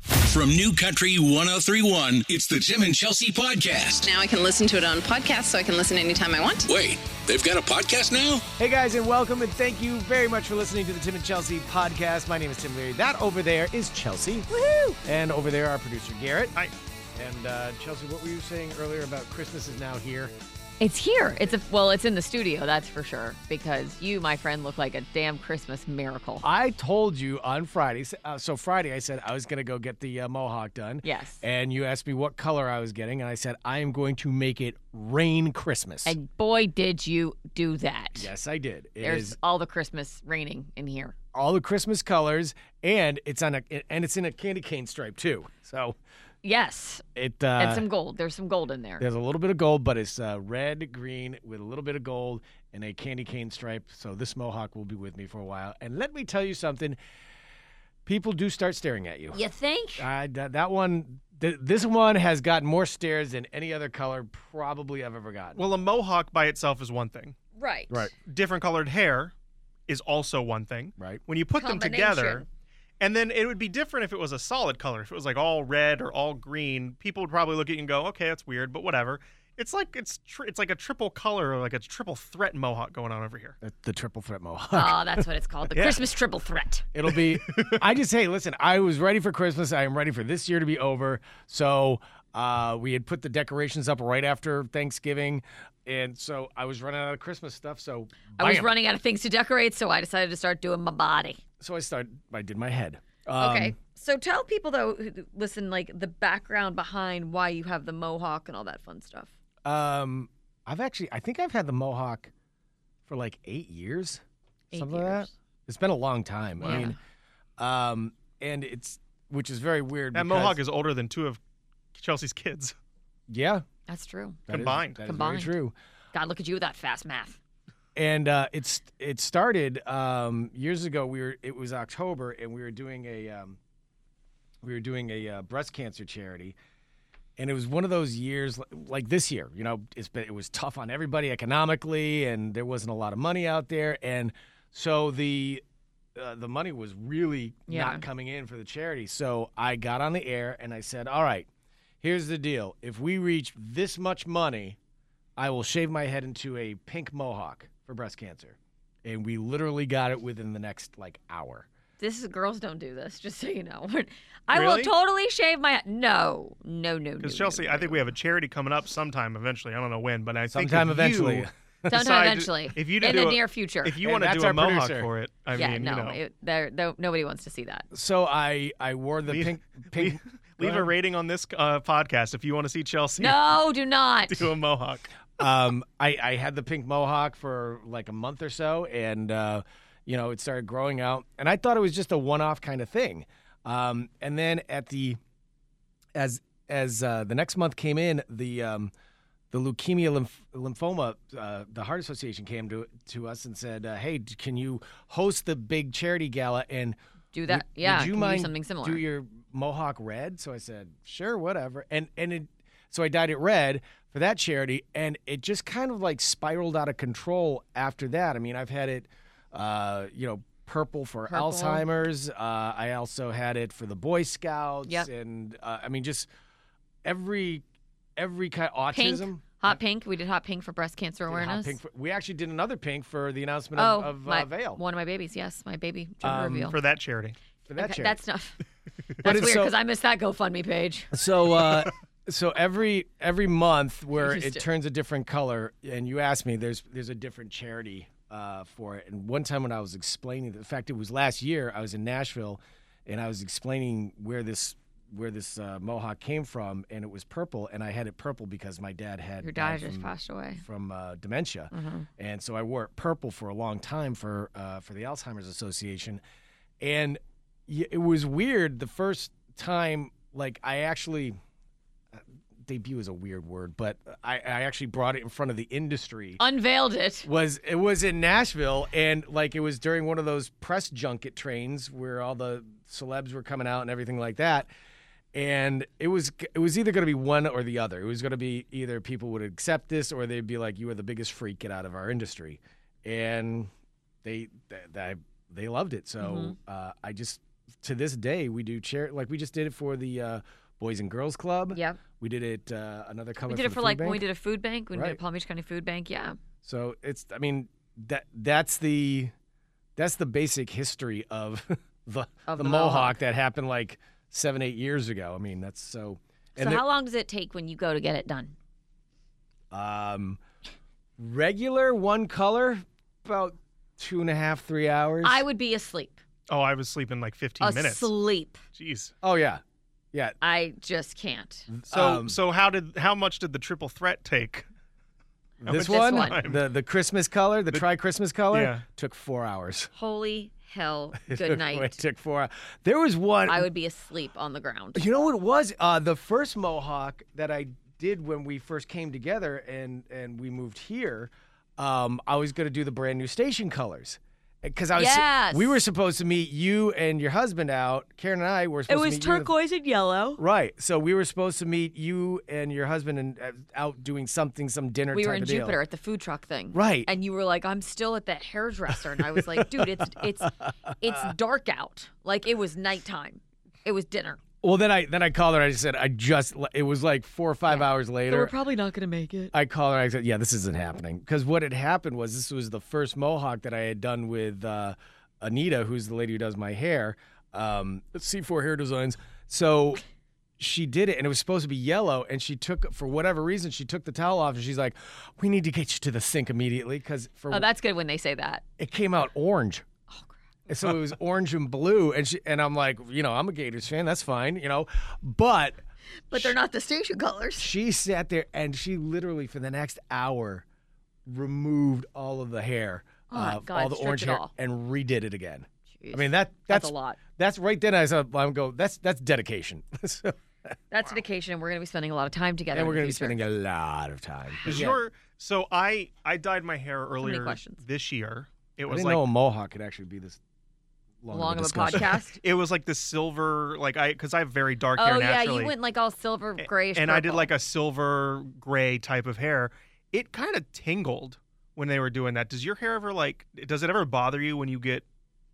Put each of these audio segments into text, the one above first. From New Country 1031, it's the Tim and Chelsea Podcast. Now I can listen to it on podcast, so I can listen anytime I want. Wait, they've got a podcast now? Hey guys, and welcome, and thank you very much for listening to the Tim and Chelsea podcast. My name is Tim Leary. That over there is Chelsea. Woohoo! And over there, our producer Garrett. Hi. And uh, Chelsea, what were you saying earlier about Christmas is now here? It's here. It's a well, it's in the studio, that's for sure. Because you, my friend, look like a damn Christmas miracle. I told you on Friday. Uh, so Friday, I said I was going to go get the uh, mohawk done. Yes. And you asked me what color I was getting, and I said I am going to make it rain Christmas. And boy, did you do that. yes, I did. It is There's all the Christmas raining in here. all the Christmas colors, and it's on a and it's in a candy cane stripe too. So Yes. it uh, And some gold. There's some gold in there. There's a little bit of gold, but it's uh, red, green with a little bit of gold and a candy cane stripe. So this mohawk will be with me for a while. And let me tell you something: people do start staring at you. You think? Uh, that, that one, th- this one has gotten more stares than any other color probably I've ever gotten. Well, a mohawk by itself is one thing. Right. Right. Different colored hair is also one thing. Right. When you put them together, Combination. and then it would be different if it was a solid color. If it was like all red or all green, people would probably look at you and go, "Okay, that's weird," but whatever. It's like it's tr- it's like a triple color or like a triple threat mohawk going on over here. the, the triple threat mohawk. Oh, that's what it's called. The Yeah. Christmas triple threat. It'll be. I just hey, listen. I was ready for Christmas. I am ready for this year to be over. So uh, we had put the decorations up right after Thanksgiving, and so I was running out of Christmas stuff. So I was bam. running out of things to decorate, so I decided to start doing my body. So I started. I did my head. Okay. Um, So tell people though, who- listen, like the background behind why you have the mohawk and all that fun stuff. Um, I've actually. I think I've had the mohawk for like eight years. Eight something like that. years. It's been a long time. I Yeah. mean, um, and it's which is very weird. That because- mohawk is older than two of Chelsea's kids. yeah That's true. that is- Combined. that is very Combined. true. God, look at you with that fast math. and uh, it's it started um, years ago. We were it was October, and we were doing a um, we were doing a uh, breast cancer charity, and it was one of those years li- like this year. You know, it's been it was tough on everybody economically, and there wasn't a lot of money out there, and so the uh, the money was really Yeah. not coming in for the charity. So I got on the air and I said, "All right, here's the deal: if we reach this much money." I will shave my head into a pink mohawk for breast cancer. And we literally got it within the next like hour. This is girls don't do this, just so you know. I will Really? totally shave my no, no, no. Because no, Chelsea, no, I think no. we have a charity coming up sometime eventually. I don't know when, but I Sometime think if eventually. You sometime decide- eventually. If you in did the do a- near future. if you And want to that's do our a mohawk producer. for it, I yeah, mean, no, you know, it- there, there- nobody wants to see that. So I I wore the Leave- pink pink Go Leave a ahead. rating on this uh, podcast if you want to see Chelsea No, do not. do a mohawk. um I I had the pink mohawk for like a month or so and uh you know it started growing out and I thought it was just a one-off kind of thing. Um and then at the as as uh, the next month came in the um the leukemia lymph- lymphoma uh, the heart association came to to us and said uh, hey d- can you host the big charity gala and Do that. would- yeah, would you can mind do something similar. do your mohawk red so i said sure whatever and and it so i dyed it red for that charity and it just kind of like spiraled out of control after that i mean i've had it uh you know purple for Purple. alzheimer's uh i also had it for the boy scouts Yep. and uh, i mean just every every kind of pink, autism hot pink. We did hot pink for breast cancer Did hot awareness. pink for- we actually did another pink for the announcement oh, of, of my, uh, Veil one of my babies. Yes, my baby gender Um, reveal. for that charity. for that okay, charity. that's not. But That's it's weird so- because I missed that GoFundMe page. So uh, so every every month where Just it a- turns a different color, and you ask me, there's there's a different charity uh, for it. And one time when I was explaining, in fact, it was last year. I was in Nashville, and I was explaining where this where this uh, mohawk came from, and it was purple, and I had it purple because my dad had Your died dad just from- passed away. from uh, dementia, and so I wore it purple for a long time for uh, for the Alzheimer's Association, and y- it was weird the first time. Like I actually uh, debut is a weird word, but I, I actually brought it in front of the industry. Unveiled it. Was it was in Nashville, and like it was during one of those press junket trains where all the celebs were coming out and everything like that. And it was it was either going to be one or the other. It was going to be either people would accept this or they'd be like, "You are the biggest freak, get out of our industry." Mm-hmm. And they they they, they loved it. So uh, I just to this day we do chair like we just did it for the uh, Boys and Girls Club. Yep. We did it uh, another color. We did the it for food like when bank. we did a food bank, when we did Right. a Palm Beach County food bank. Yeah. So it's I mean that that's the that's the basic history of the Of the, the Mohawk. Mohawk. that happened like seven eight years ago. I mean that's so. So the- how long does it take when you go to get it done? um, regular one color about two and a half three hours. I would be asleep. Oh, I was sleeping like 15 minutes. Asleep. Jeez. oh yeah, yeah. I just can't. So Um, so how did how much did the triple threat take? How This much- one, one. the the Christmas color, the, tri Christmas color, yeah. took four hours. Holy hell. It Good took- It night. took four. There was one. I would be asleep on the ground. You know what it was? Uh, the first Mohawk that I did when we first came together and and we moved here, um, I was going to do the brand new station colors. Because I was, Yes. we were supposed to meet you and your husband out. Karen and I were supposed to meet you and- and yellow. Right. So we were supposed to meet you and your husband and uh, out doing something, some dinner. We were type in of deal. Jupiter at the food truck thing. Right. And you were like, I'm still at that hairdresser. And I was like, dude, it's it's It's dark out. Like it was nighttime. It was dinner. Well, then I then I called her. and I just said I just. It was like four or five hours later. probably not gonna make it. I called her. I said, "Yeah, this isn't happening." Because what had happened was this was the first mohawk that I had done with uh, Anita, who's the lady who does my hair, um, C4 Hair Designs. So she did it, and it was supposed to be yellow. And she took, for whatever reason, she took the towel off, and she's like, "We need to get you to the sink immediately," because for Oh, that's good when they say that. it came out orange. And so it was orange and blue, and she, and I'm like, you know, I'm a Gators fan. That's fine, you know, but But they're not the station colors. she sat there and she literally for the next hour removed all of the hair Oh, my of God, all the stripped orange it hair all. and redid it again. I Jeez. mean that that's, That's a lot. That's right then I said I'm go that's that's dedication. So- That's dedication, and we're gonna be spending a lot of time together. and we're in going to the be future. spending a lot of time. Is Yeah. your so I I dyed my hair earlier questions. this year. It I was didn't like know a mohawk could actually be this long, long of a, of a discussion. podcast. it was like the silver like I because I have very dark hair oh yeah, naturally. you went like all silver A- grayish. and I did purple. like a silver gray type of hair. It kind of tingled when they were doing that. Does your hair ever like? Does it ever bother you when you get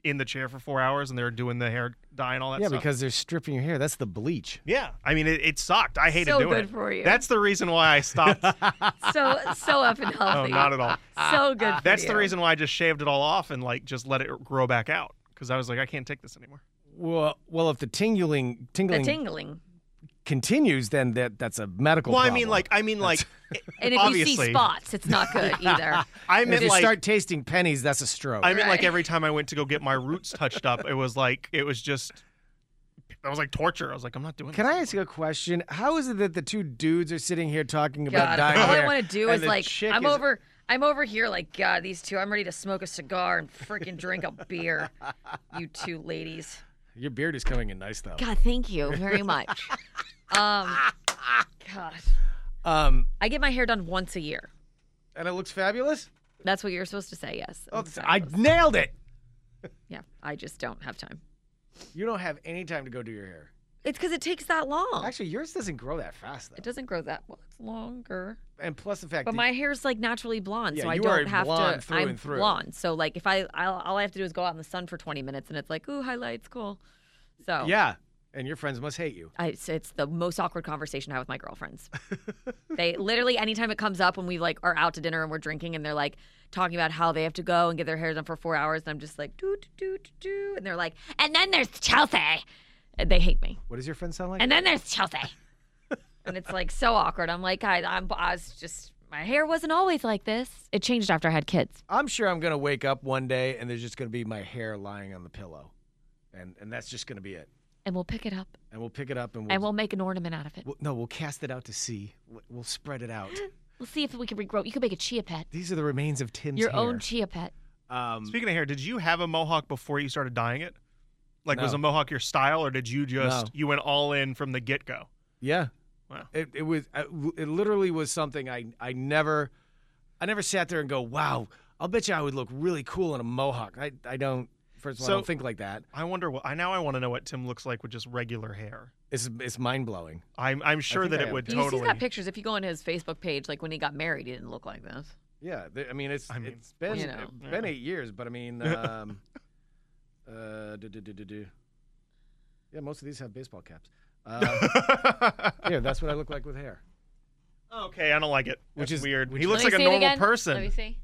in the chair for four hours and they're doing the hair dye and all that? Yeah, stuff? because they're stripping your hair. That's the bleach. yeah, I mean it, it sucked. I hated So doing good it. for you. That's the reason why I stopped. no, so so effing healthy. not at all. So good. for That's the you. reason why I just shaved it all off and like just let it grow back out because I was like I can't take this anymore. Well, well, if the tingling The tingling tingling. continues, then that that's a medical. well, I problem. mean like I mean like And if obviously you see spots, it's not good either. I if meant you like start tasting pennies, that's a stroke. I mean, like Right. every time I went to go get my roots touched up, it was like it was just that was like torture. I was like, I'm not doing. Can this. I ask you a question? How is it that the two dudes are sitting here talking about God, dying all hair? I want to do and is the like chick I'm is- over. I'm over here like God. These two. I'm ready to smoke a cigar and freaking drink a beer. You two ladies. Your beard is coming in nice though. God, thank you very much. Um, God, Um, I get my hair done once a year. and it looks fabulous. That's what you're supposed to say. Yes. Oh, I'm sorry. I nailed it. yeah. I just don't have time. You don't have any time to go do your hair. It's because it takes that long. Actually, yours doesn't grow that fast it though. doesn't grow that well. It's longer. And plus the fact But that my hair's like naturally blonde, Yeah, so I you don't are have blonde to. through I'm and through. blonde, so like if I I'll, all I have to do is go out in the sun for 20 minutes, and it's like ooh highlights, cool. So yeah, and your friends must hate you. I, it's, it's the most awkward conversation I have with my girlfriends. they literally anytime it comes up when we like are out to dinner and we're drinking and they're like talking about how they have to go and get their hair done for four hours and I'm just like do do do do do and they're like and then there's Chelsea and they hate me What does your friend sound like? and then there's Chelsea and it's like so awkward. I'm like I, I'm I was just my hair wasn't always like this. It changed after I had kids. I'm sure I'm gonna wake up one day and there's just gonna be my hair lying on the pillow, and and that's just gonna be it. And we'll pick it up And we'll pick it up and we'll, and we'll make an ornament out of it. we'll no, we'll cast it out to sea. We'll- We'll spread it out. We'll see if we can regrow. You can make a chia pet, These are the remains of Tim's your hair. own chia pet. Um, Speaking of hair, did you have a mohawk before you started dyeing it? Like, was No. a mohawk your style, or did you just No. you went all in from the get go? yeah. Wow. It, it was. I- It literally was something I I never, I never sat there and go, wow. I'll bet you I would look really cool in a mohawk. I I don't. First of all, I So- don't think like that. I wonder what I now I want to know what Tim looks like with just regular hair. It's it's mind blowing. I'm I'm sure think that I it have would that. You see, totally. he's got pictures. If you go on his Facebook page, like when he got married, he didn't look like this. Yeah. th- I mean, it's I mean, it's been you know. it's been eight years, but I mean, um, uh, do, do, do, do, do. Yeah, most of these have baseball caps. Uh, yeah, that's what I look like with hair. Okay, I don't like it. Which Which is- is weird. which he is- looks Let like me a see it normal again. Let me person. see.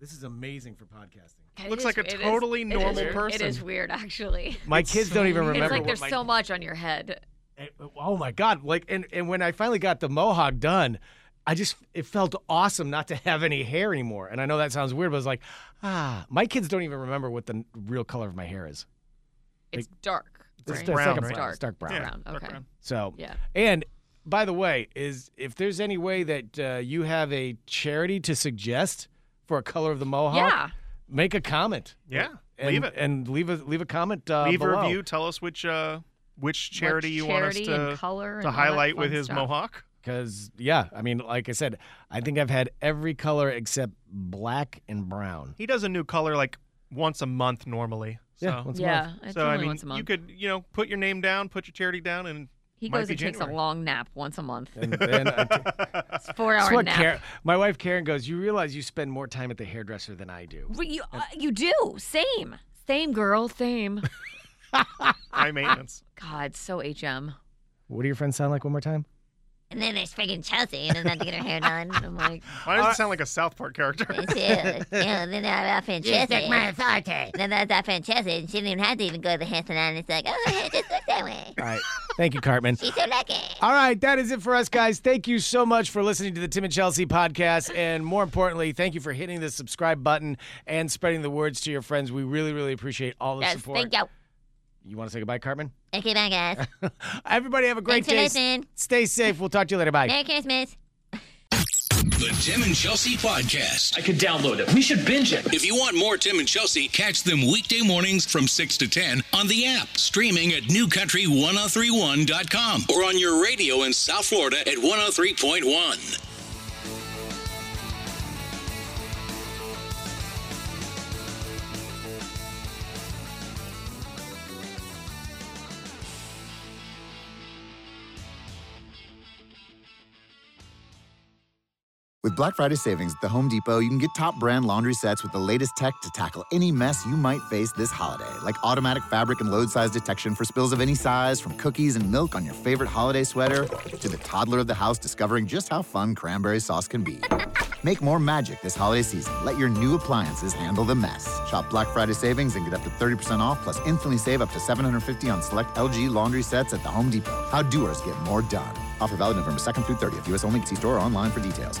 This is amazing for podcasting. It Looks is- like a it is- totally it is normal weird. It is person. weird, actually. My kids don't even It's It's remember like what there's my- so much on your head. And- oh my god! Like, and and when I finally got the mohawk done, I just it felt awesome not to have any hair anymore. And I know that sounds weird, but I was like, ah, my kids don't even remember what the n- real color of my hair is. It's dark. It's, right? it's brown, like a right? brown, it's dark brown. Yeah, Brown, dark okay. brown. So Yeah. And by the way, is if there's any way that uh, you have a charity to suggest for a color of the mohawk, Yeah. make a comment. Yeah, And, leave it. and leave a leave a comment. Uh, leave below. a review. Tell us which uh, which charity you want us charity and to color and to all that highlight fun with his stuff. mohawk. because yeah, I mean, like I said, I think I've had every color except black and brown. He does a new color like once a month normally. So. Yeah, once a month. Yeah. It's so only I mean, once a month. you could you know put your name down, put your charity down, and he might goes be and takes a January. long nap once a month. And then I t- It's a four that's hour what nap. Karen, my wife Karen goes. You realize you spend more time at the hairdresser than I do. But you, uh, you do. Same. Same girl. Same. high maintenance. God, so HM. What do your friends sound like one more time? And then there's friggin' Chelsea who doesn't have to get her hair done. I'm like, Why Uh, does it sound like a South Park character? it's you. You know, then I have Francesca. That's my authority. Then I have Francesca, and she didn't even have to even go to the hair salon. It's like, oh, her hair just looks that way. All right, thank you, Cartman. She's so lucky. All right, that is it for us, guys. Thank you so much for listening to the Tim and Chelsea podcast. And more importantly, thank you for hitting the subscribe button and spreading the words to your friends. We really, really appreciate all the Yes, support. thank you. You want to say goodbye, Cartman? Okay, bye, guys. Everybody have a great Thanks for day. listening. Stay safe. We'll talk to you later. Bye. Merry Christmas. The Tim and Chelsea Podcast. I could download it. We should binge it. If you want more Tim and Chelsea, catch them weekday mornings from 6 to 10 on the app, streaming at newcountry1031.com or on your radio in South Florida at 103.1. With Black Friday savings at the Home Depot, you can get top brand laundry sets with the latest tech to tackle any mess you might face this holiday, like automatic fabric and load size detection for spills of any size, from cookies and milk on your favorite holiday sweater to the toddler of the house discovering just how fun cranberry sauce can be. Make more magic this holiday season. Let your new appliances handle the mess. Shop Black Friday savings and get up to 30% off, plus instantly save up to 750 on select LG laundry sets at the Home Depot. How doers get more done. Offer valid November 2nd through 30th. U.S. only. See store or online for details.